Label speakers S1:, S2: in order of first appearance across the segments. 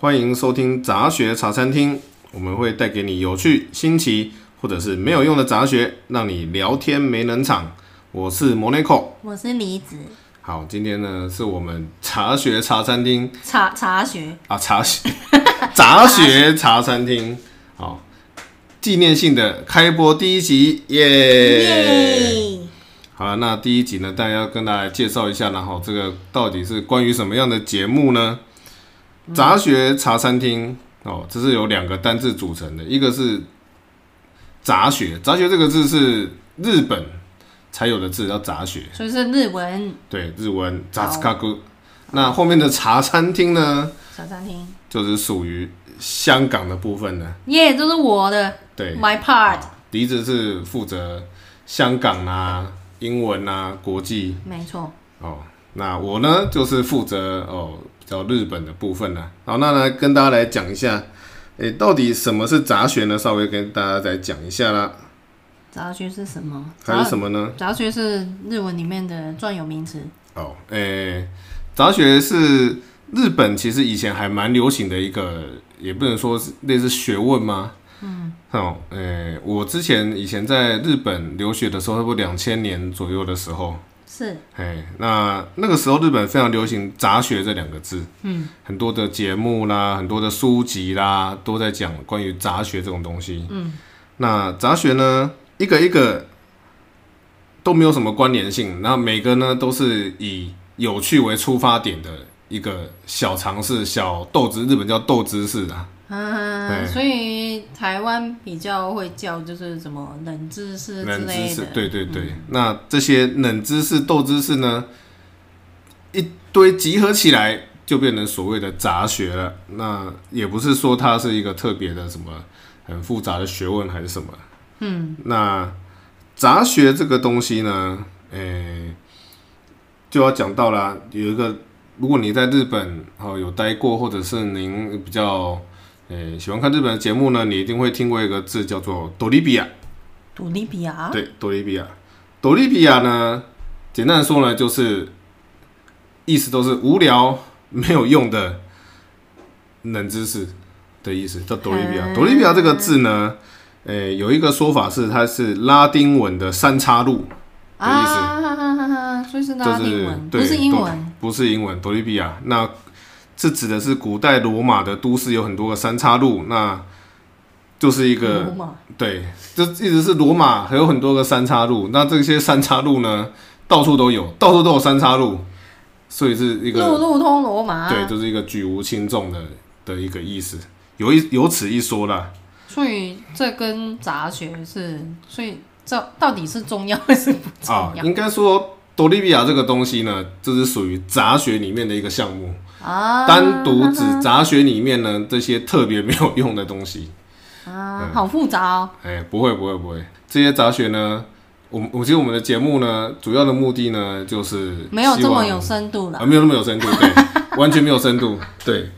S1: 欢迎收听杂学茶餐厅，我们会带给你有趣、新奇或者是没有用的杂学，让你聊天没冷场。我是 Monaco，
S2: 我是李子，
S1: 好，今天呢是我们茶学茶餐厅
S2: 茶茶学
S1: 啊，茶学杂学茶餐厅，好，纪念性的开播第一集，耶、
S2: 耶，
S1: 好了，那第一集呢，大家要跟大家介绍一下，然后这个到底是关于什么样的节目呢？杂学茶餐厅哦，这是由两个单字组成的，一个是杂学，杂学这个字是日本才有的字，叫杂学，
S2: 所以是日文
S1: 对，日文杂斯卡古。那后面的茶餐厅呢，
S2: 茶餐厅。
S1: 就是属于香港的部分呢，
S2: 耶、这是我的
S1: 对，
S2: my part，
S1: 笛子是负责香港啊、英文啊、国际
S2: 没错，
S1: 哦，那我呢就是负责哦比较日本的部分啦。好，那来跟大家来讲一下，诶、到底什么是杂学呢？稍微跟大家再讲一下啦。
S2: 杂学是什么？
S1: 还有
S2: 么？
S1: 什么呢？
S2: 杂学是日文里面的专有名词。
S1: 哦，诶、杂学是日本其实以前还蛮流行的一个，也不能说是类似学问吗？嗯，哦，诶、我之前以前在日本留学的时候，差不多两千年左右的时候，
S2: 是
S1: 哎，那那个时候日本非常流行“杂学”这两个字，嗯，很多的节目啦，很多的书籍啦，都在讲关于杂学这种东西，嗯，那杂学呢，一个一个都没有什么关联性，然后每个呢都是以有趣为出发点的一个小尝试、小斗知，日本叫斗知识啊，
S2: 啊，
S1: 对
S2: 所以台湾比较会叫就是什么冷知识之
S1: 冷知
S2: 类
S1: 识
S2: 的，，嗯
S1: 对对对。那这些冷知识、豆知识呢，一堆集合起来就变成所谓的杂学了。那也不是说它是一个特别的什么很复杂的学问还是什么。嗯，那杂学这个东西呢，诶、就要讲到啦，有一个。如果你在日本哦有待过，或者是您比较诶、喜欢看日本的节目呢，你一定会听过一个字叫做“多利比亚”。
S2: 杜利比啊亚，
S1: 对，多利比亚，多利比亚呢，简单的说呢，就是意思都是无聊、没有用的冷知识的意思，叫多利比亚。多利比亚这个字呢，诶、有一个说法是它是拉丁文的三叉路，
S2: 啊
S1: 的意思
S2: 哈哈哈哈哈，所以是
S1: 就
S2: 拉丁
S1: 是
S2: 文，
S1: 对，
S2: 不是英
S1: 多
S2: 文，，
S1: 不是英文，多利比亚。那这指的是古代罗马的都市有很多个三叉路，那就是一个
S2: 罗马
S1: 对，就一直是罗马，还有很多个三叉路。那这些三叉路呢，到处都有，到处都有三叉路，所以是一
S2: 路
S1: 个
S2: 路通罗马，
S1: 对，就是一个举无轻重的的一个意思。有一有此一说啦，
S2: 所以这跟杂学是，所以这到底是重要还是不重
S1: 啊，
S2: 要
S1: 应该说多利比亚这个东西呢，这是属于杂学里面的一个项目，
S2: 啊？
S1: 单独指杂学里面呢这些特别没有用的东西。
S2: 啊，好复杂哦。
S1: 哎，不会不会不会，这些杂学呢，我们我觉得我们的节目呢，主要的目的呢就是
S2: 没有
S1: 希
S2: 这么
S1: 望
S2: 有深度了
S1: 啊，。没有那么有深度， 对，完全没有深度，对。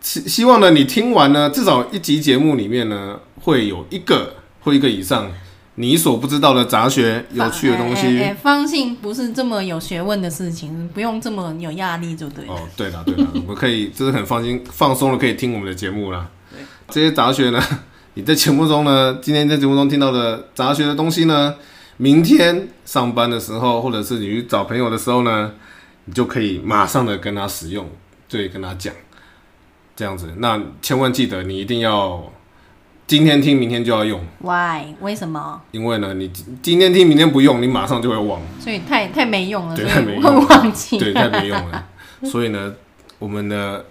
S1: 希希望呢，你听完呢，至少一集节目里面呢，会有一个或一个以上你所不知道的杂学、有
S2: 放
S1: 趣的东
S2: 哎哎
S1: 西。
S2: 哎放信不是这么有学问的事情，不用这么有压力就对了。
S1: 哦，对了对了， 我们可以就是很放心放松的，可以听我们的节目啦。这些杂学呢， 你在节目中呢，今天在节目中听到的杂学的东西呢，明天上班的时候，或者是你去找朋友的时候呢，你就可以马上的跟他使用，对，跟他讲，这样子。那千万记得，你一定要今天听，明天就要用，
S2: Why？为什么？
S1: 因为呢，你今今天听，明天不用，你马上就会忘，
S2: 所以太太没用了，
S1: 对
S2: 所
S1: 太没
S2: 以
S1: 用
S2: 我会忘 记。
S1: 对，太没用了。所以呢，我们的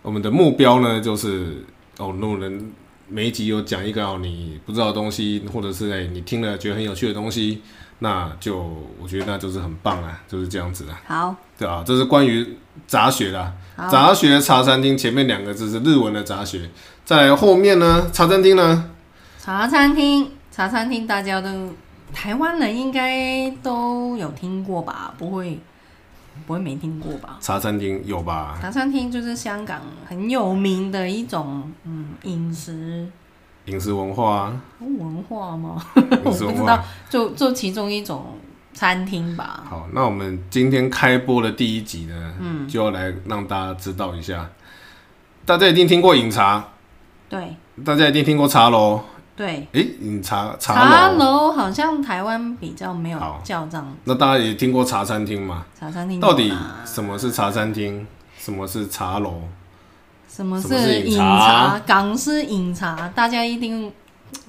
S1: 我们的目标呢，就是哦，如果能每一集有讲一个哦你不知道的东西，或者是哎、你听了觉得很有趣的东西，那就我觉得那就是很棒啊，就是这样子啊。
S2: 好，
S1: 对啊，这是关于杂学啦。
S2: 好
S1: 杂学茶餐厅前面两个字是日文的杂学，再来后面呢，茶餐厅呢，
S2: 茶餐厅，茶餐厅大家都台湾人应该都有听过吧？不会，不会没听过吧？
S1: 茶餐厅有吧？
S2: 茶餐厅就是香港很有名的一种嗯饮食
S1: 饮食文化、啊，
S2: 文 化吗？
S1: 饮
S2: 我
S1: 食
S2: 不
S1: 文
S2: 知
S1: 化
S2: 道。，就就其中一种餐厅吧。
S1: 好，那我
S2: 嗯
S1: 们今天开播的第一集呢，就要来让大家知道一下大家一定听过饮茶，
S2: 对
S1: 大家一定听过茶楼，
S2: 对，
S1: 诶，饮茶
S2: 茶
S1: 楼，
S2: 楼好像台湾比较没有
S1: 好
S2: 叫这样
S1: 那大家也听过茶餐厅嘛？
S2: 茶餐厅有
S1: 到底
S2: 啦
S1: 什么是茶餐厅？什么是茶楼？
S2: 什么
S1: 什么是
S2: 是
S1: 饮
S2: 饮
S1: 茶
S2: 茶？港式饮茶，大家一定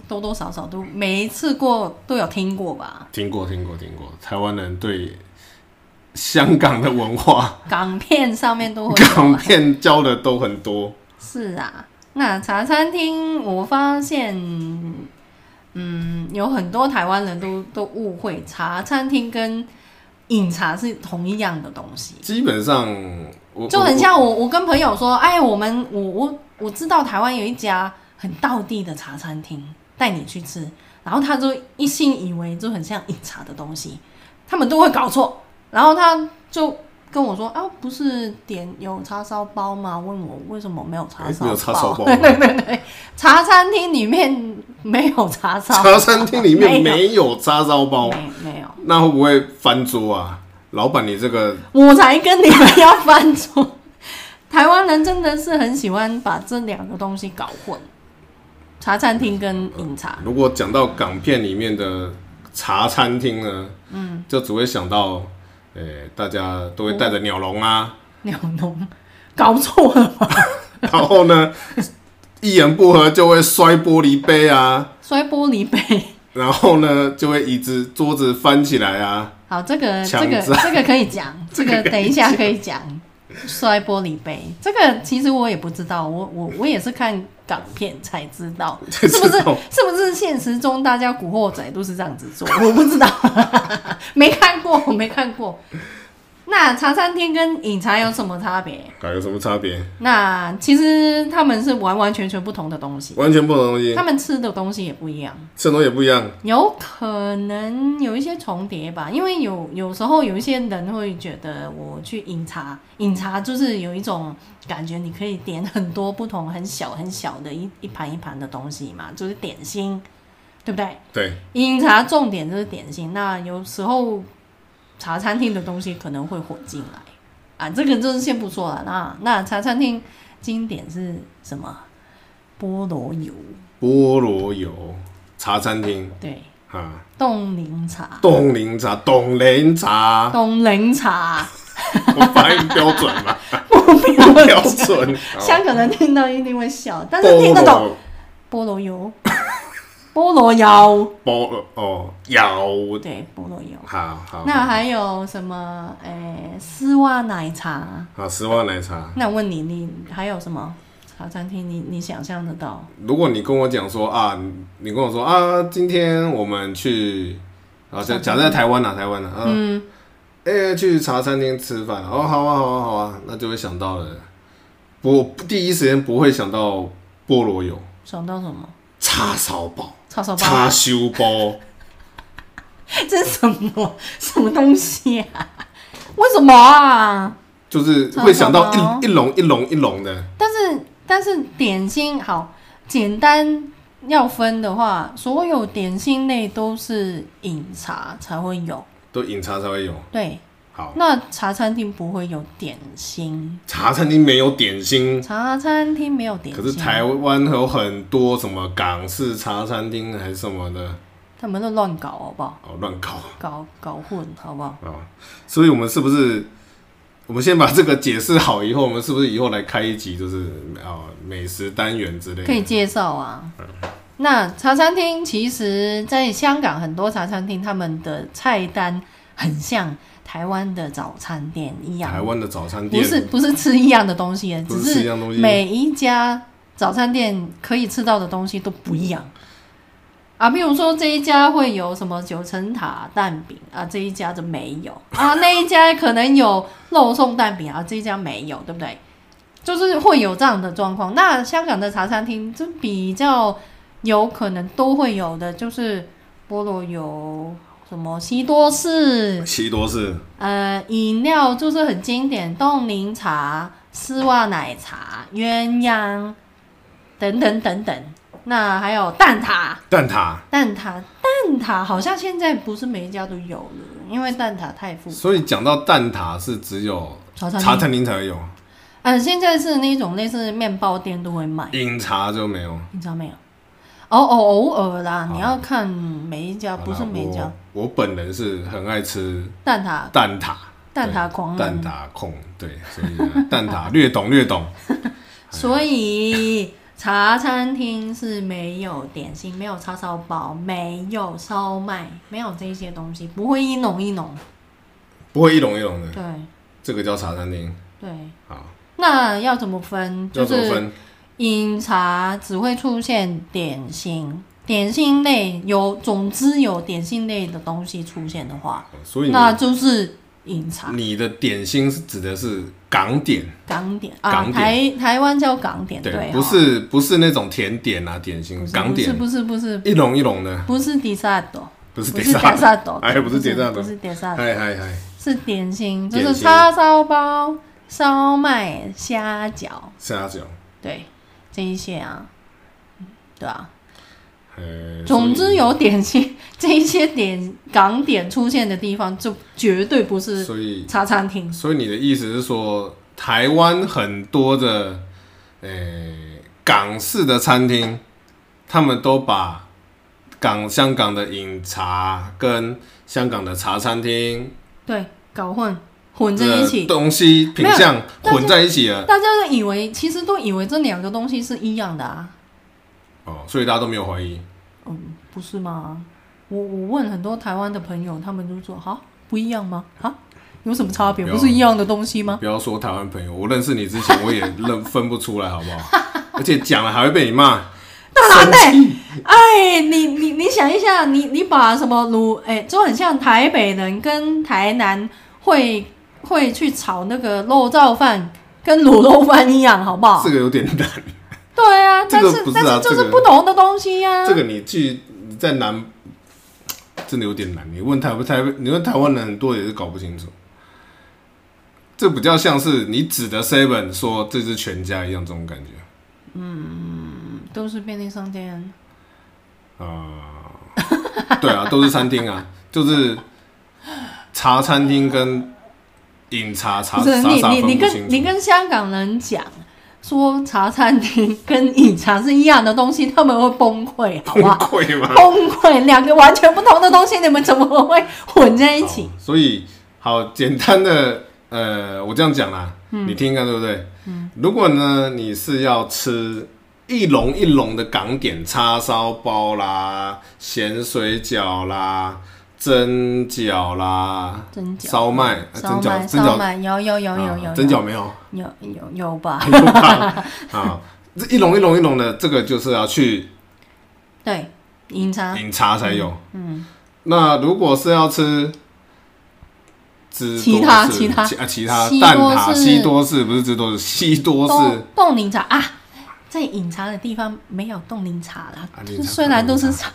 S2: 多多少少都每一次过都有听过吧？
S1: 听过，听过，听过。台湾人对香港的文化、
S2: 港片上面都会有
S1: 港
S2: 啊。
S1: 片教的都很多。
S2: 是啊，那茶餐厅我发现，嗯，有很多台湾人都都误会茶餐厅跟饮茶是同一样的东西。
S1: 基本上，我
S2: 就很像我，我跟朋友说，哎，我们我我我知道台湾有一家很道地的茶餐厅，带你去吃，然后他就一心以为就很像饮茶的东西，他们都会搞错，然后他就跟我说，啊，不是点有叉烧包吗？问我为什么没有叉
S1: 哎
S2: 烧包？
S1: 没有叉烧包
S2: 对对对对，茶餐厅里面没有叉 烧，
S1: 茶餐厅里面
S2: 没有
S1: 没有叉烧包，
S2: 没没有，
S1: 那会不会翻桌啊？老板，你这个
S2: 我才跟你们要翻桌。 台湾人真的是很喜欢把这两个东西搞混，茶餐厅跟饮茶。
S1: 如果讲到港片里面的茶餐厅呢，嗯，就只会想到，呃、大家都会带着鸟笼啊，
S2: 鸟笼搞错了吧？
S1: 然后呢，一言不合就会摔玻璃杯啊，
S2: 摔玻璃杯。
S1: 然后呢，就会椅子桌子翻起来啊，
S2: 好，这个
S1: 强
S2: 这个
S1: 制
S2: 这个可以 讲，这个等一下可以讲。摔玻璃杯，这个其实我也不知道，我我我也是看港片才知 道，
S1: 才
S2: 是
S1: 知
S2: 不是？
S1: 道
S2: 是不是现实中大家古惑仔都是这样子做？我不知道， 没看过，我没看过。那茶餐厅跟饮茶有什么差别？
S1: 还有什么差别？
S2: 那其实他们是完完全全不同的东西，
S1: 完全不同的东西
S2: 他，们吃的东西也不一样。
S1: 吃的东西也不一样。
S2: 有可能有一些重叠吧，因为有有时候有一些人会觉得我去饮茶，饮茶就是有一种感觉，你可以点很多不同、很小很小的一一盘一盘的东西嘛，就是点心，对不对？
S1: 对，
S2: 饮茶重点就是点心，那有时候茶餐厅的东西可能会混进来啊，这个就是先不说了。那那茶餐厅经典是什么？菠萝油，
S1: 菠萝油茶餐厅
S2: 对，
S1: 啊，
S2: 冻柠茶。
S1: 冻龄茶、冻龄茶，
S2: 冻柠茶，
S1: 我发音标准吗？
S2: 不
S1: 不
S2: 标
S1: 标。准。
S2: 香港人听到一定会笑，但是听得懂菠萝油、菠萝油，
S1: 菠萝哦，有
S2: 对，菠萝油。
S1: 好好。
S2: 那还有什么？诶、丝袜奶茶。
S1: 好丝袜奶茶，
S2: 那问你，你还有什么茶餐厅你你想象得到？
S1: 如果你跟我讲说啊，你你跟我说啊，今天我们去，啊，假假设在台湾啊，台湾啊，嗯，哎、去茶餐厅吃饭，哦，好啊，好啊，好啊，那就会想到了，我第一时间不会想到菠萝油、
S2: 想到什么？
S1: 叉烧包、
S2: 叉烧包？
S1: 叉烧包。
S2: 这是什么 什么东西啊？为什么啊？
S1: 就是会想
S2: 叉
S1: 到
S2: 烧包
S1: 一一笼一笼一笼的，
S2: 但是但是点心好简单要分的话，所有点心类都是饮茶才会有，
S1: 都饮茶才会有。
S2: 对。
S1: 好，
S2: 那茶餐厅不会有点心，
S1: 茶餐厅没有点心，
S2: 茶餐厅没有点
S1: 可
S2: 心。
S1: 是台湾有很多什么港式茶餐厅还是什么的，
S2: 他们都乱搞好不好？
S1: 哦，乱搞
S2: 搞搞混好不好？
S1: 啊！所以我们是不是，我们先把这个解释好以后，我们是不是以后来开一集就是啊、哦、美食单元之类
S2: 可以
S1: 的？
S2: 介绍啊。那茶餐厅其实，在香港很多茶餐厅，他们的菜单很像台湾的早餐店一样，
S1: 台湾的早餐
S2: 不
S1: 店
S2: 是不是吃一样的东西，
S1: 不
S2: 只
S1: 是吃一样东西
S2: 每一家早餐店可以吃到的东西都不一样啊。比如说这一家会有什么九层塔蛋饼啊，这一家就没有 啊，那一家可能有肉松蛋饼啊，这一家没有，对不对？就是会有这样的状况。那香港的茶餐厅就比较有可能都会有的，就是菠萝油、什么西多士、
S1: 奇多士
S2: 呃，饮料就是很经典，冻柠茶、丝袜奶茶、鸳鸯等等等等。那还有蛋挞，
S1: 蛋挞，
S2: 蛋挞，蛋挞好像现在不是每一家都有了，因为蛋挞太复杂。
S1: 所以讲到蛋挞是只有
S2: 茶餐厅
S1: 茶餐厅才会有，
S2: 呃，现在是那种类似面包店都会卖，
S1: 饮茶就没有。
S2: 你知道没有？偶偶偶尔啦，
S1: 好
S2: 你要看每一家，
S1: 好啦
S2: 啊不是每一家。
S1: 我我本人是很爱吃
S2: 蛋挞，
S1: 蛋挞，
S2: 蛋挞狂人
S1: 蛋挞控，对，所以呢蛋挞略懂略懂。
S2: 所以茶餐厅是没有点心，没有叉烧包，没有烧麦，没有这些东西，不会一笼一笼。
S1: 不会一笼一笼的，
S2: 对
S1: 这个叫茶餐厅。
S2: 对，
S1: 好，
S2: 那要怎么分？
S1: 要
S2: 就
S1: 怎么
S2: 是
S1: 分？
S2: 饮茶只会出现点心，点心类有，总之有点心类的东西出现的话，
S1: 哦所以
S2: 那就是饮茶
S1: 你你的点心是指的是港点，
S2: 港点啊，
S1: 港点
S2: 台台湾叫港点，对哦，
S1: 不是不是那种甜点啊，点
S2: 不
S1: 心
S2: 是
S1: 港点
S2: 不是不是
S1: 一笼一笼的，
S2: 不是 dessert。
S1: 不是
S2: 不
S1: 点
S2: 是
S1: 心。
S2: 点萨斗，
S1: 哎不是点萨
S2: 不
S1: 斗
S2: 是点萨斗，
S1: 嗨嗨嗨，
S2: 是点心，就
S1: 点
S2: 是
S1: 心
S2: 叉烧包、烧麦、虾饺，
S1: 虾饺，
S2: 对，这一些啊，对啊，
S1: 呃，
S2: 总
S1: 所
S2: 之有点心这一些点港点出现的地方，就绝对不
S1: 以
S2: 是
S1: 所以
S2: 茶餐厅，
S1: 所以你的意思是说，台湾很多的，呃、港式的餐厅，他们都把港香港的饮茶跟香港的茶餐厅
S2: 对，搞混混在一
S1: 的
S2: 起，
S1: 东西品相
S2: 啊没有
S1: 混在一起了。
S2: 大家都以为其实都以为这两个东西是一样的啊，
S1: 哦，所以大家都没有怀疑。
S2: 嗯，不是吗？我我问很多台湾的朋友，他们都说哈不一样吗？哈有什么差别？
S1: 有
S2: 不是一样的东西吗？
S1: 不要说台湾朋友，我认识你之前我也认分不出来，好不 好？而且讲了还会被你骂。
S2: 哦大男的，哎，你你你想一下，你你把什么鲁哎，就很像台北人跟台南会会去炒那个肉燥饭跟卤肉饭一样，好不好
S1: 这？个有点难，
S2: 对啊，
S1: 这
S2: 但
S1: 个
S2: 是
S1: 不是啊
S2: 但是就
S1: 这
S2: 是
S1: 个
S2: 不同的东西呀、
S1: 这个你去你在南，真的有点难。你问台不台，你问台湾人很多也是搞不清楚。这比较像是你指的 Seven 说这是全家一样这种感觉
S2: 都是便利商店。
S1: 啊、对啊，都是餐厅啊，就是茶餐厅跟饮茶茶
S2: 不是
S1: 傻
S2: 你
S1: 傻
S2: 你
S1: 分
S2: 你
S1: 不
S2: 跟你
S1: 清楚。
S2: 跟香港人讲说茶餐厅跟饮茶是一样的东西，他们会崩溃，好
S1: 崩
S2: 不好？
S1: 溃吗？
S2: 崩溃，两个完全不同的东西，你们怎么会混在一起
S1: 好？所以好简单的，呃，我这样讲啦，你听一下对不对？嗯，如果呢你是要吃一笼一笼的港点叉烧包啦、咸水饺啦、蒸饺啦、
S2: 蒸饺、
S1: 烧麦、啊
S2: 烧
S1: 蒸饺、
S2: 麦、
S1: 蒸
S2: 烧
S1: 饺、
S2: 麦，有有有有有
S1: 啊蒸饺没有？
S2: 有有有吧？
S1: 有吧 啊，这一笼一笼一笼的，这个就是要去
S2: 对，饮茶
S1: 饮茶才有。嗯，那如果是要吃芝多士，
S2: 其他其他
S1: 啊其他
S2: 西多
S1: 蛋
S2: 士
S1: 挞西多士不是芝多士西多
S2: 冻
S1: 士，
S2: 冻柠茶啊，在饮茶的地方没有冻柠茶啦
S1: 啊，
S2: 就
S1: 柠
S2: 是
S1: 茶
S2: 虽然都是茶，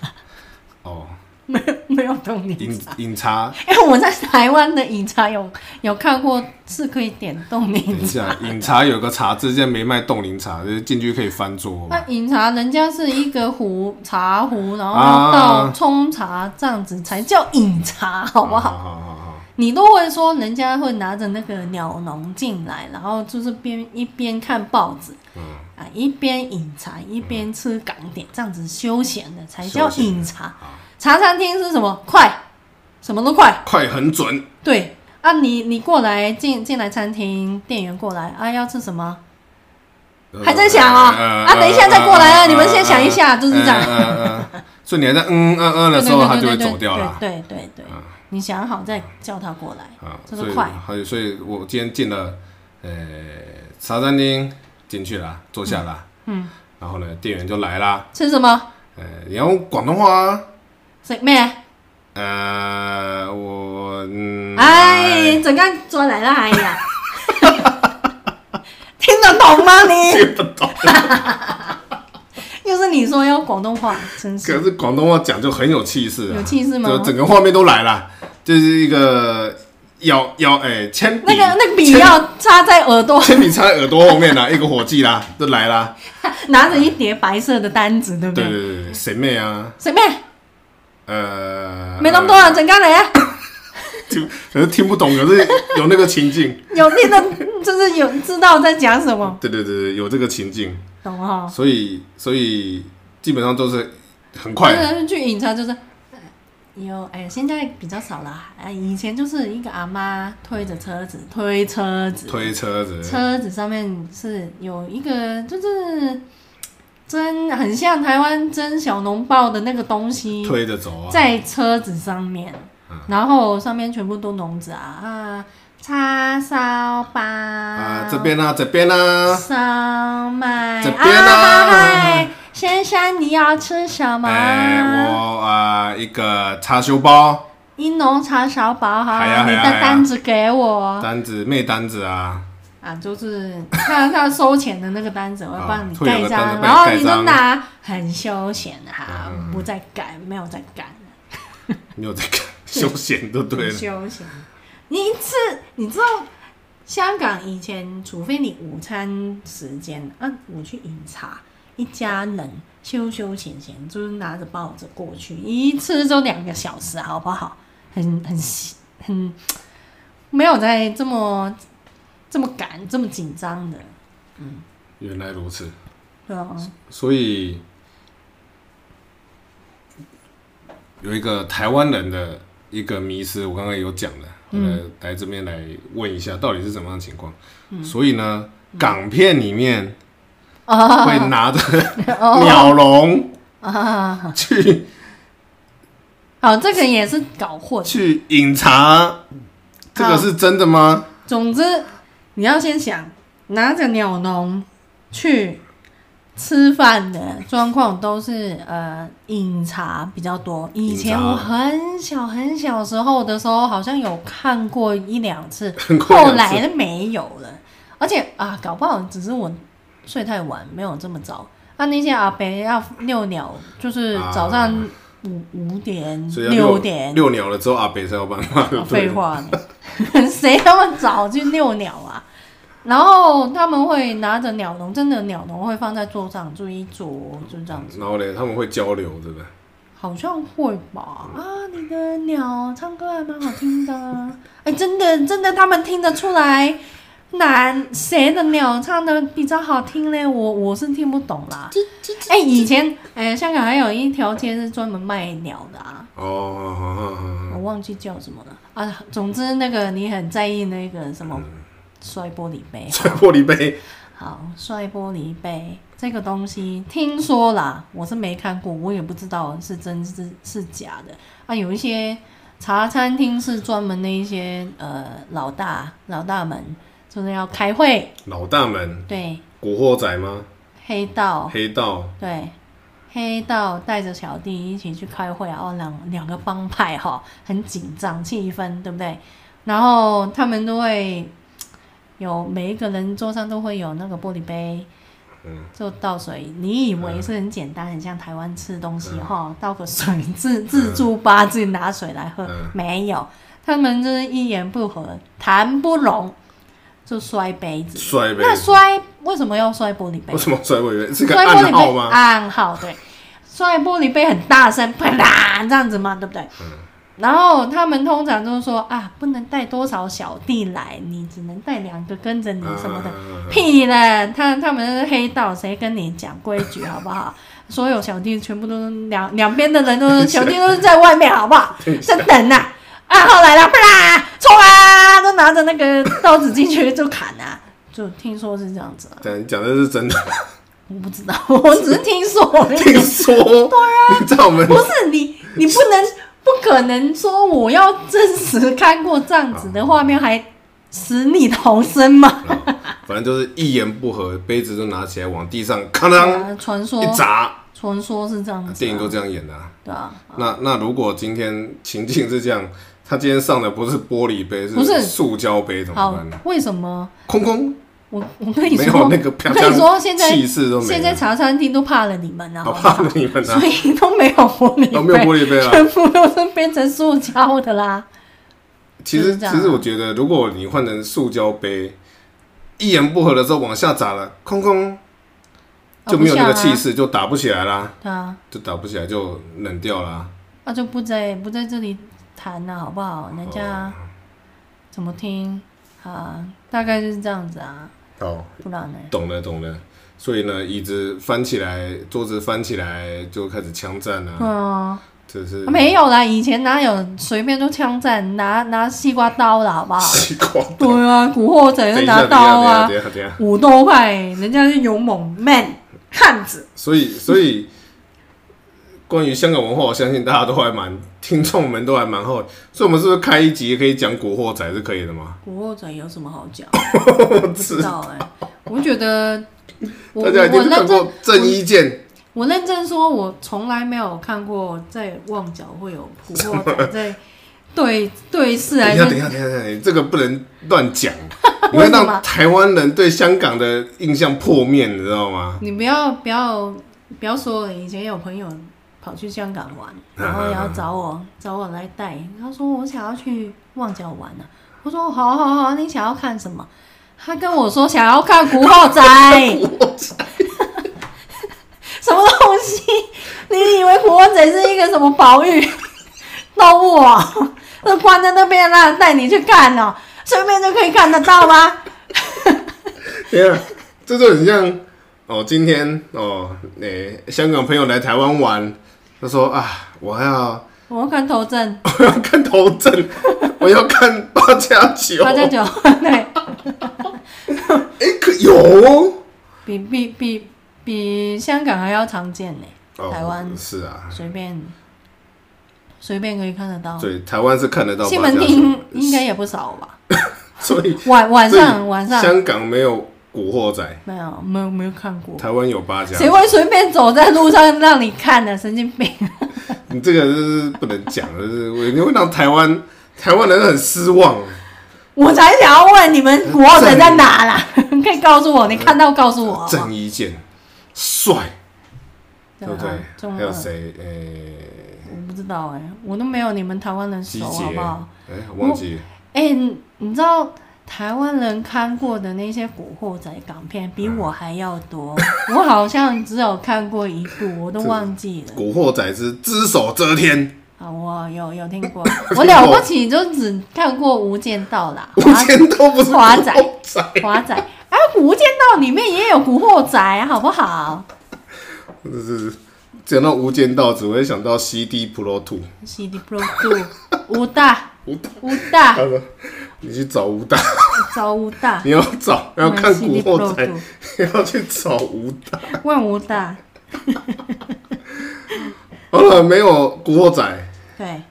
S1: 哦，
S2: 没有没有冻柠
S1: 饮
S2: 茶。
S1: 饮茶，
S2: 哎、我在台湾的饮茶有有看过是可以点冻
S1: 等一
S2: 柠
S1: 下
S2: 茶。
S1: 饮茶有个茶字，现在没卖冻柠茶，就是进去可以翻桌
S2: 那饮茶人家是一个壶茶壶，然后
S1: 啊
S2: 倒冲茶这样子才叫饮茶，好不好？
S1: 好好好好，
S2: 你都会说人家会拿着那个鸟笼进来，然后就是边一边看报纸
S1: 嗯，
S2: 啊，一边饮茶一边吃港点，这样子休闲的才
S1: 休
S2: 叫
S1: 闲的
S2: 饮茶
S1: 好。
S2: 茶餐厅是什么？快，什么都快。
S1: 快很准，
S2: 对啊你，你过来进进来餐厅，店员过来啊，要吃什么？还在想啊
S1: 呃
S2: 啊等一下再过来啊你们先想一下就是这样
S1: 样。呃所以你还在嗯嗯嗯的时候，他就会走掉了。
S2: 对对对对对对
S1: 嗯
S2: 你想好再叫他过来，
S1: 啊，
S2: 这
S1: 所
S2: 个
S1: 以
S2: 快
S1: 还有，所以我今天进了呃茶餐厅进去了，坐下了，
S2: 嗯嗯，
S1: 然后呢，店员就来啦，
S2: 吃什么？
S1: 呃，你要用广东话啊，
S2: 食咩？
S1: 呃，我嗯，
S2: 哎，陣間再嚟啦，哎呀， 聽得懂嗎你？
S1: 听不懂，
S2: 又是你說要廣東話，真
S1: 可
S2: 是
S1: 是广东话讲就很有气势啊，
S2: 有气势吗
S1: 就整个画面都来了，就是一个咬咬哎铅笔，
S2: 那個那個筆
S1: 铅
S2: 要插在耳朵，
S1: 铅笔插在耳朵后面啦，一个火计啦，就来啦，
S2: 拿着一叠白色的單子，對不
S1: 对
S2: 對？
S1: 对对对，谁妹啊，
S2: 食咩？
S1: 呃，
S2: 沒咁 多啊，陣間嚟啊！
S1: 听可是听不懂，可是有那个情境。
S2: 有你的就是有知道在讲什么，
S1: 对对对对，有这个情境，
S2: 懂哈？
S1: 所以所以基本上都是很快的，
S2: 但是去饮茶就是。呃有哎，现在比较少了。哎，以前就是一个阿妈推着车子，推车子，
S1: 推车子，
S2: 车子上面是有一个，就是蒸，很像台湾蒸小笼包的那个东西，
S1: 推着走啊，
S2: 在车子上面，
S1: 嗯
S2: 然后上面全部都笼子啊啊，叉烧包
S1: 啊这边啊这边啊，
S2: 烧麦
S1: 这边啊
S2: 嗨先生你要吃什么？
S1: 哎、我啊、一个叉修包
S2: 英农叉烧包哈，
S1: 哎呀哎
S2: 你
S1: 呀
S2: 的
S1: 哎呀
S2: 单子给我
S1: 单子妹单子啊，
S2: 啊，就是他他收钱的那个单子，我会帮你盖
S1: 啊会
S2: 一
S1: 有
S2: 张，
S1: 个单子
S2: 然后
S1: 帮你盖
S2: 你都
S1: 章
S2: 拿，很休闲哈，
S1: 嗯
S2: 不再改，没有再改，
S1: 没有这个 休闲就对
S2: 很
S1: 了，
S2: 休闲。你一次，你知道香港以前，除非你午餐时间，啊，我去饮茶，一家人休休闲闲，就是拿着报纸过去，一次就两个小时，好不好？很很很，没有在这么这么赶、这么紧张的，
S1: 原来如此，
S2: 对吧？
S1: 所以有一个台湾人的一个迷失，我刚刚有讲的，嗯，来这边来问一下，到底是怎么样的情况？
S2: 嗯
S1: 所以呢，港片里面
S2: 哦
S1: 会拿 着鸟笼
S2: 啊，
S1: 去
S2: 好，这个也是搞混。
S1: 去饮茶，这个是真的吗？
S2: 总之，你要先想拿着鸟笼去吃饭的状况都是呃饮茶比较多。以
S1: 饮
S2: 前
S1: 茶
S2: 我很小很小时候的时候，好像有看过一两次
S1: 很，快
S2: 后
S1: 两
S2: 来没有了。而且啊，搞不好只是我睡太晚，没有这么早。啊，那些阿伯要遛鸟，就是早上
S1: 啊
S2: 五五点
S1: 所以要遛
S2: 点
S1: 遛鸟了之后，阿北才有办法。对
S2: 啊废、话呢，谁那么早去遛鸟啊？然后他们会拿着鸟笼，真的鸟笼会放在桌上，就一桌就这样子，
S1: 然后嘞，他们会交流，对不对？
S2: 好像会吧？啊，你的鸟唱歌还蛮好听的啊，哎、真的真的，他们听得出来哪谁的鸟唱的比较好听嘞？我我是听不懂啦。哎、以前哎、香港还有一条街是专门卖鸟的啊。
S1: 哦哦，哦哦
S2: 我
S1: 哦
S2: 忘记叫什么了啊。总之，那个你很在意那个什么摔玻璃杯，
S1: 摔玻璃杯，
S2: 好，摔玻璃杯这个东西，听说啦，我是没看过，我也不知道是真是是假的啊。有一些茶餐厅是专门那一些呃老大老大们，就是要开会，
S1: 老大们，
S2: 对
S1: 古惑仔吗？
S2: 黑道，
S1: 黑道，
S2: 对。黑道带着小弟一起去开会啊，哦，两两个帮派哈、很紧张气氛，对不对？然后他们都会有每一个人桌上都会有那个玻璃杯，
S1: 嗯，
S2: 就倒水。你以为是很简单，很像台湾吃东西哈、倒个水自自助吧，自己拿水来喝，
S1: 嗯
S2: 没有，他们就是一言不合，谈不拢就摔杯子。
S1: 摔杯
S2: 那。摔为什么要摔玻璃杯
S1: 为？什么摔玻璃杯？是个
S2: 摔玻璃
S1: 暗
S2: 杯
S1: 号吗？
S2: 暗号对，摔玻璃杯很大声，啪啦这样子嘛，对不对？
S1: 嗯
S2: 然后他们通常就是说啊，不能带多少小弟来，你只能带两个跟着你什么的。
S1: 嗯
S2: 屁嘞！他他们是黑道，谁跟你讲规矩好 不好？所有小弟全部都是两两边的人都是小弟都是在外面好 不好？在等呐、啊！啊，后来啦，啪啦，冲啊！都拿着那个刀子进去就砍啊，就听说是这样子啊，
S1: 对，你讲的是真的，
S2: 我不知道， 我只是听说而已
S1: 听说。你知道我们
S2: 不是你，你不能不可能说我要真实看过这样子的画面，还死里逃生吗？
S1: 啊反正就是一言不合，杯子就拿起来往地上哐当
S2: 啊传说，
S1: 一砸，
S2: 传说是这样子
S1: 电影
S2: 啊、
S1: 都这样演的啊。
S2: 对啊，
S1: 那那如果今天情境是这样，他今天上的不是玻璃杯，
S2: 不是
S1: 塑胶杯，怎么
S2: 好
S1: 办呢？，
S2: 为什么？
S1: 空空
S2: 我我跟你
S1: 没
S2: 说，
S1: 有那个
S2: 我跟你说，现在
S1: 气势都没了
S2: 现在茶餐厅都怕了你们啊，
S1: 好
S2: 好不好
S1: 怕你们啊
S2: 所，以都没有玻璃杯，
S1: 都没有玻璃杯啊了。
S2: 全部都是变成塑胶的啦。
S1: 其
S2: 就
S1: 实
S2: 是这
S1: 其
S2: 样啊
S1: 实我觉得，如果你换成塑胶杯，一言不合的时候往下砸了，空空
S2: 哦
S1: 就没有那个气势，就打不起来啦，
S2: 啊对啊，
S1: 就打不起来就冷掉啦。
S2: 那啊就
S1: 哦
S2: 不在不在这里谈了，好不好？人家怎么听？啊，大概就是这样子啊，
S1: 好，
S2: 不然呢？
S1: 懂了懂了。所以呢，椅子翻起来，桌子翻起来就开始枪战啊，
S2: 嗯，
S1: 这是
S2: 没有啦，以前哪有随便就枪战，拿拿西瓜刀啦，好不好？
S1: 西瓜
S2: 对
S1: 刀。
S2: 啊，古惑仔
S1: 等
S2: 就
S1: 一
S2: 拿
S1: 下，等一
S2: 刀
S1: 下，
S2: 啊，
S1: 等一下，等一下。
S2: 武斗派，人家是勇猛 man 汉子。
S1: 所以，所以关于香港文化，我相信大家都还蛮，听众们都还蛮好奇。所以，我们是不是开一集也可以讲古惑仔是可以的吗？
S2: 古惑仔有什么 好讲？
S1: 我
S2: 不
S1: 知
S2: 知道哎、我觉得我
S1: 大家一定
S2: 我
S1: 是看
S2: 认真
S1: 过郑伊健，
S2: 我认真说，我从来没有看过在旺角会有古惑 仔在对对视
S1: 等
S2: 来
S1: 一下，等一
S2: 跟
S1: 下，等一下，等一下，这个不能乱 讲，你
S2: 为
S1: 会
S2: 什么
S1: 让台湾人对香港的印象破灭，你知道吗？
S2: 你不要不要不要说了，以前有朋友跑去香港玩，然后也要找我找我来带，他说我想要去旺角玩啊，我说好好好，你想要看什么？他跟我说想要看《古惑仔》，什么东西？你以为《古惑仔》是一个什么宝玉动物啊？那关在那边让人带你去看哦，顺便就可以看得到吗？
S1: 对啊，这就很像哦，今天哦，诶、香港朋友来台湾玩，他说啊，我要
S2: 我要看头阵
S1: 我要看头 阵，我要看八加九，
S2: 八加九， 对。
S1: 诶、可有哦
S2: 比比比比香港还要常见呢、
S1: 哦，
S2: 台湾
S1: 是啊，
S2: 随便随便可以看得到。
S1: 对，台湾是看得到
S2: 西
S1: 八
S2: 门
S1: 加
S2: 町
S1: 九，
S2: 应该也不少吧？
S1: 所以
S2: 晚晚
S1: 所
S2: 上
S1: 以
S2: 晚上
S1: 香港没有古惑仔，
S2: 没有没有没有看过，
S1: 台湾有八加
S2: 谁
S1: 九，
S2: 会随便走在路上让你看呢？神经病！
S1: 你这个是不能讲的，是我你会让台湾台湾人很失望。
S2: 我才想要问你们古惑仔在哪 啦？可以告诉我，你看到告诉我好不好
S1: 郑伊健帅，对不对
S2: 啊？中
S1: 还有
S2: 二，
S1: 谁？呃诶、
S2: 我不知道哎、我都没有你们台湾人
S1: 集
S2: 熟，好
S1: 结，
S2: 不好？
S1: 哎、忘记了
S2: 哎、你你知道台湾人看过的那些古惑仔港片比
S1: 嗯
S2: 我还要多， 我好像只有看过一部，我都忘记
S1: 《
S2: 了。
S1: 古惑仔之只手遮天
S2: 啊，我有有听 过，我了不起就只看过《无间道》啦，》，
S1: 无间道不是古
S2: 华仔
S1: 惑仔，
S2: 华仔。哎，《无间道》里面也有古惑仔，啊好不好
S1: 这是讲到无间道，只会想到 CD Pro Two。
S2: ？CD Pro Two，武大，
S1: 武大
S2: 武大
S1: 他，说：“你去找武大，
S2: 找武大，
S1: 你要找要看
S2: 买
S1: 古
S2: CD
S1: 惑
S2: Pro
S1: 仔，你要去找武大。
S2: 问武大，”
S1: 好了，没有古惑仔
S2: 对。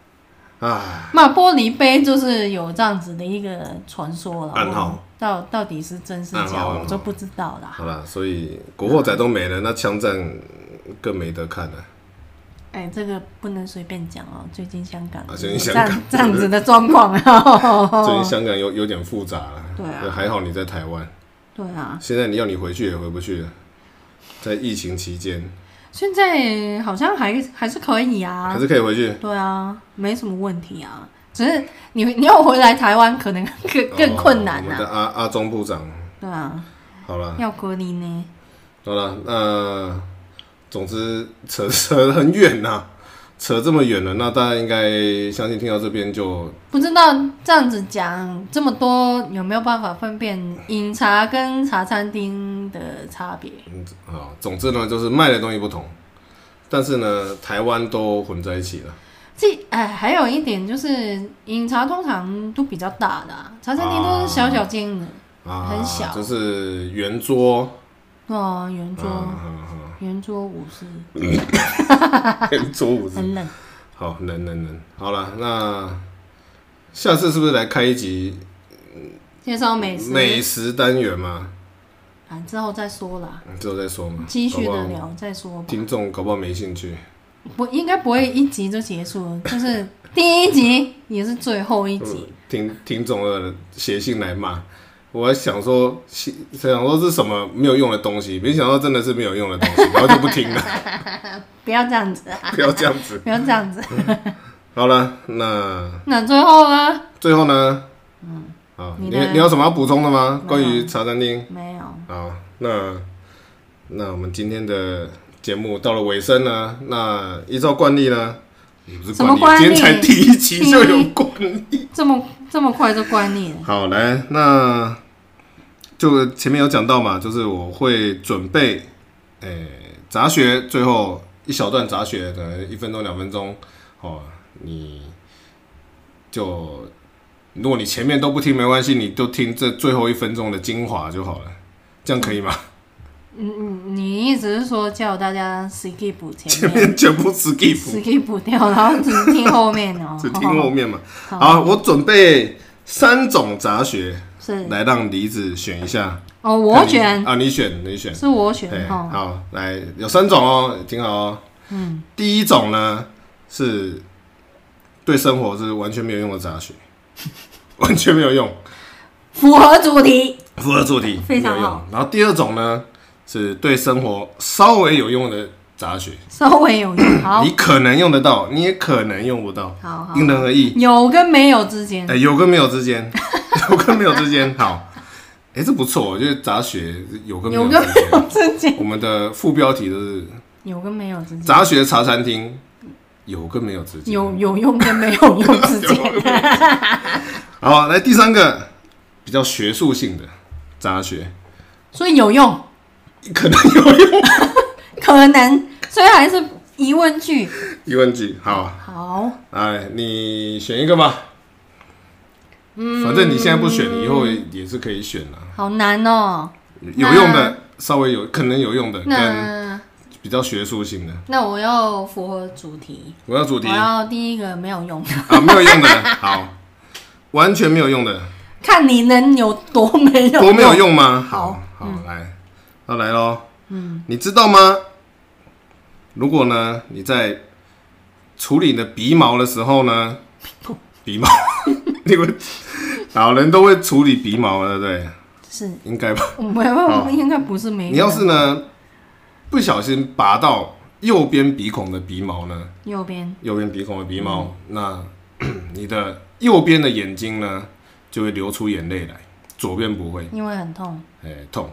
S1: 啊，
S2: 那玻璃杯就是有这样子的一个传说了，
S1: 暗号
S2: 我到到底是真是
S1: 暗
S2: 假，
S1: 号暗号
S2: 我就不知道啦。
S1: 好了，所以古惑仔都没了，那枪战更没得看了。
S2: 哎，这个不能随便讲哦，最近香港
S1: 啊
S2: 有
S1: 最近
S2: 这
S1: 香港
S2: 样这样子的状 况啊，
S1: 最近香港有有点复杂了，
S2: 对啊
S1: 还好你在台湾。
S2: 对啊，
S1: 现在你要你回去也回不去了，在疫情期间
S2: 现在好像还还是可以啊
S1: 还，是可以回去，
S2: 对啊，没什么问题啊，只是你你要回来台湾可能更更困难
S1: 哦
S2: 啊
S1: 我们
S2: 呐、
S1: 的阿阿中部长，
S2: 对啊，
S1: 好了
S2: 要隔离呢，
S1: 好了，那总之扯 扯得很远呐、扯这么远了，那大家应该相信听到这边就
S2: 不知道这样子讲这么多有没有办法分辨饮茶跟茶餐厅的差别？
S1: 嗯啊、总之呢就是卖的东西不同，但是呢台湾都混在一起了，
S2: 这哎，还有一点就是饮茶通常都比较大的、啊，茶餐厅都是小小间的，
S1: 啊，
S2: 很小
S1: 就是圆桌，
S2: 对啊，圆桌、
S1: 嗯嗯
S2: 圆桌五十，
S1: 嗯，圆桌五 十
S2: 很冷。
S1: 好，能能能，好了，那下次是不是来开一集
S2: 介绍美食
S1: 美食单元嘛？
S2: 啊，之后再说啦，
S1: 嗯之后再说嘛，
S2: 继续
S1: 搞不
S2: 的
S1: 好
S2: 聊再说吧。
S1: 听众搞不好没兴趣，
S2: 不，应该不会一集就结束了，就是第一集也是最后一集。
S1: 听听众的写信来骂。我还想说，想想说是什么没有用的东西，没想到真的是没有用的东 西，然后就不听了，
S2: 不要这样子啊，
S1: 不要这样子。
S2: 不要这样子。
S1: 好了，那
S2: 那最后呢？
S1: 最后呢？嗯，好，
S2: 你
S1: 你
S2: 呢
S1: 你有什么要补充的吗？
S2: 没有
S1: 关于茶餐厅？
S2: 没有，
S1: 好，那那我们今天的节目到了尾声呢，那依照惯例呢，也不是
S2: 什么
S1: 惯
S2: 惯
S1: 例，
S2: 例
S1: 今天才第一期就有惯例，
S2: 这么这么快就怪你了。
S1: 好，来，那就前面有讲到嘛，就是我会准备，诶、杂学，最后一小段杂学，可能一分钟、两分钟，哦，你就如果你前面都不听没关系，你就听这最后一分钟的精华就好了，这样可以吗？
S2: 嗯，你意思是说叫大家 skip 前
S1: 前
S2: 面
S1: 面全部 skip，，
S2: skip 掉，然后只听后面哦
S1: 只听后面嘛。
S2: 好
S1: 好，我准备三种杂学
S2: 是
S1: 来让梨子选一下，
S2: 哦，我
S1: 看你
S2: 选嗯
S1: 啊，你选，你选。
S2: 是我选哦
S1: 对，
S2: 哈，
S1: 好，来有三种哦，挺好哦。嗯，第一种呢是对生活是完全没有用的杂学， 完全没有用，
S2: 符合主题，
S1: 符合主题，
S2: 非常
S1: 没有用
S2: 好。
S1: 然后第二种呢是对生活稍微有用的杂学，
S2: 稍微 有用，好
S1: 你，可能用得到，你也可能用不到，
S2: 好好，
S1: 因人而异。
S2: 有跟没有之间
S1: 哎、，有跟没有之间， 有跟没有之间，好。哎、这不错，我觉得杂学有跟没
S2: 有
S1: 有
S2: 跟
S1: 之
S2: 没有
S1: 间。
S2: 之间，
S1: 我们的副标题都是
S2: 有跟没有 之间，
S1: 杂学茶餐厅有跟没有之间。
S2: 有有用跟没有用之
S1: 有
S2: 间，
S1: 好，来第三个比较学术性的杂学，
S2: 所以有用
S1: 可能有用。
S2: 可能，所以还是疑问句。
S1: 疑问句，好，
S2: 好，
S1: 哎，你选一个吧。嗯，反正你现在不选，以后也是可以选的、
S2: 好难哦。
S1: 有用的，稍微有可能有用的，跟
S2: 那
S1: 比较学术性的。
S2: 那我要符合主题，
S1: 我要主题
S2: 我要第一个没有用的，
S1: 啊，没有用的，好，完全没有用的，
S2: 看你能有多没有
S1: 多没有。用吗？
S2: 好
S1: 好，来，那来喽。嗯，你知道吗？如果呢，你在处理你的鼻毛的时候呢，鼻毛， 你会老人都会处理鼻毛的，对不对？
S2: 是，
S1: 应该吧。
S2: 我没有，应该不是没有。
S1: 你要是呢，不小心拔到右边鼻孔的鼻毛呢，
S2: 右边
S1: 右边鼻孔的鼻毛，那 你的右边的眼睛呢，就会流出眼泪来，左边不会，
S2: 因为很痛，
S1: 哎、痛，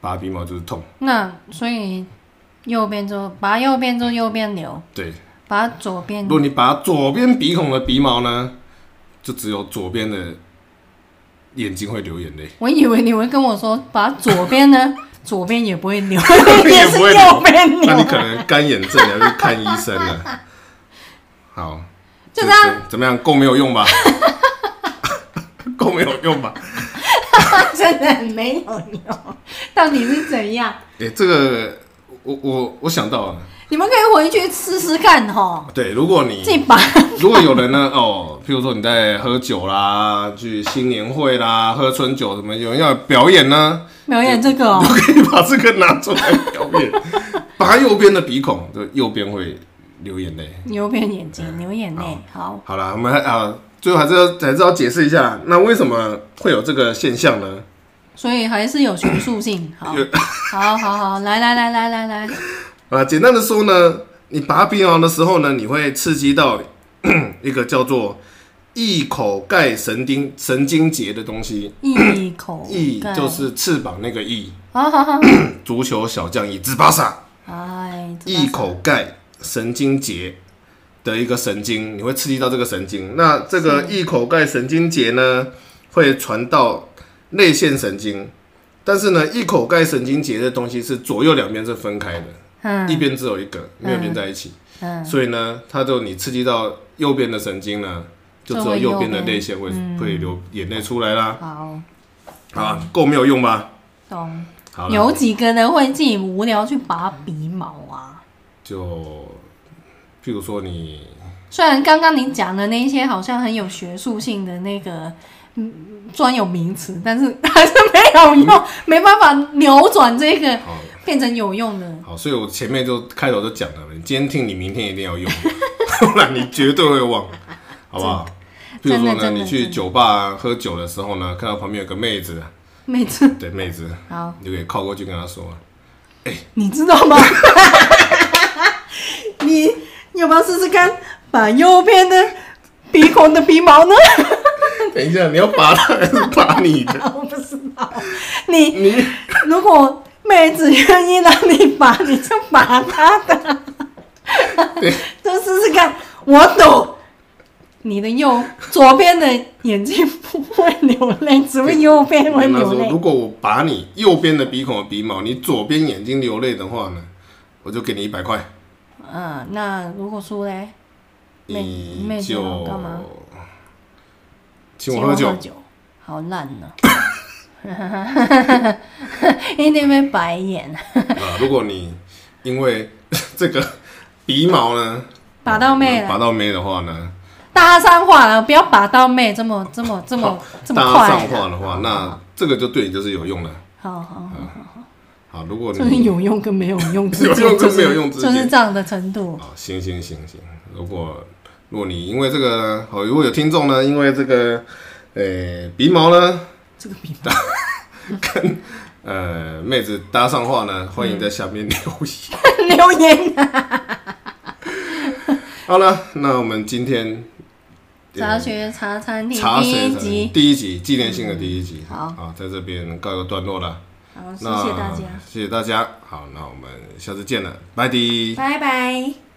S1: 拔鼻毛就是痛，
S2: 那所以右边就拔右边就右边流，
S1: 对。
S2: 拔左边
S1: 如果你拔左边鼻孔的鼻毛呢，就只有左边的眼睛会流眼泪，
S2: 我以为你会跟我说把左 边呢，左边也不会扭，
S1: 也
S2: 是
S1: 不会
S2: 右边
S1: 那你
S2: 扭，
S1: 可能干眼症你要去看医生 了。好，
S2: 就这样
S1: 是怎么样？够没有用吧？ 够没有用吧？
S2: 真的没有扭，到底是怎样？
S1: 哎、这个我我我想到了，
S2: 你们可以回去试试看哈，
S1: 对，如果你
S2: 自己拔。
S1: 如果有人呢，哦，譬如说你在喝酒啦，去新年会啦，喝春酒什么，有人要表演呢，
S2: 表演这个、
S1: 都
S2: 哦，
S1: 可以把这个拿出来表演，拔右边的鼻孔，就右边会流眼泪。
S2: 牛扁眼睛，牛眼泪，好，
S1: 好啦，我们还啊，最后还是要还是要解释一下，那为什么会有这个现象呢？
S2: 所以还是有学术 性，好，好好好，来来来来来来，
S1: 啊，简单的说呢，你拔鼻毛的时候呢，你会刺激到 一个叫做翼口盖神经神经节的东西，
S2: 一口
S1: 翼
S2: 盖
S1: 就是翅膀那个翼，
S2: 好好好，
S1: 足球小将伊兹巴萨，
S2: 哎，知道
S1: 翼口盖神经节的一个神经，你会刺激到这个神经。那这个翼口盖神经节呢，会传到内腺神经。但是呢，翼口盖神经节的东西是左右两边是分开的，一
S2: 嗯
S1: 边只有一个，没有连在一起。
S2: 嗯，
S1: 所以呢，它就你刺激到右边的神经呢，就只有右边的泪腺会
S2: 就会右边嗯
S1: 会流眼泪出来啦。
S2: 好，
S1: 好啊，够没有用吧？
S2: 懂。
S1: 好了，
S2: 有几个人会自己无聊去拔鼻毛啊？
S1: 就譬如说你
S2: 虽然刚刚你讲的那一些好像很有学术性的那个嗯专有名词，但是还是没有用，没办法扭转这个
S1: 好
S2: 变成有用的。
S1: 好，所以我前面就开头就讲了，你今天听，你明天一定要用， 不然你绝对会忘，好不好？譬如
S2: 真的
S1: 说呢，
S2: 真的
S1: 你去
S2: 真的
S1: 酒吧喝酒的时候呢，看到旁边有个妹子，
S2: 每次
S1: 对妹子，
S2: 好，
S1: 你就可以靠过去跟她说，
S2: 你 知道吗？你要不要试试看把右边的鼻孔的 鼻毛呢？
S1: 等一下，你要拔她还是拔你的？
S2: 我不知道，你
S1: 你
S2: 如果妹子愿意让你拔，你就 拔她的，就试试看。我懂，你的右左边的眼睛不会流泪，只会右边会
S1: 那
S2: 流
S1: 时候
S2: 泪
S1: 如。果我拔你右边的鼻孔的鼻毛，你左边眼睛流泪的话呢，我就给你一百块，
S2: 嗯，那如果输嘞，妹
S1: 你
S2: 妹子
S1: 就
S2: 要干嘛
S1: 请我喝酒。
S2: 好烂呢、 一定被白眼，
S1: 啊，如果你因为 这个鼻毛呢嗯
S2: 把到妹
S1: 拔
S2: 了，
S1: 到眉的话呢，
S2: 搭上话了，不要把到妹这么这么这么哦这么
S1: 搭
S2: 快啊哦
S1: 上
S2: 啦
S1: 话的话，那这个就对你就是有用了。
S2: 好好
S1: 嗯
S2: 好，
S1: 好，如果
S2: 就是
S1: 你
S2: 有用跟没有用 之
S1: 有
S2: 间，
S1: 用
S2: 就
S1: 跟
S2: 是
S1: 没有用之间
S2: 就是这样的程度。
S1: 啊，行行行行，如果如果你因为这个，好，如果有听众呢，因为这个，呃、鼻毛呢，
S2: 这个比
S1: 呃，妹子搭上话呢，欢
S2: 嗯
S1: 迎在下面留言。
S2: 留言啊
S1: 好了，那我们今天呃
S2: 杂学茶餐厅
S1: 茶
S2: 第
S1: 水
S2: 一
S1: 的
S2: 集，
S1: 第一集纪念性的第一集，
S2: 好
S1: 啊，在这边告一个段落了。
S2: 好，谢
S1: 那
S2: 谢大家，
S1: 谢谢大家。好，那我们下次见了，拜拜。
S2: 拜拜。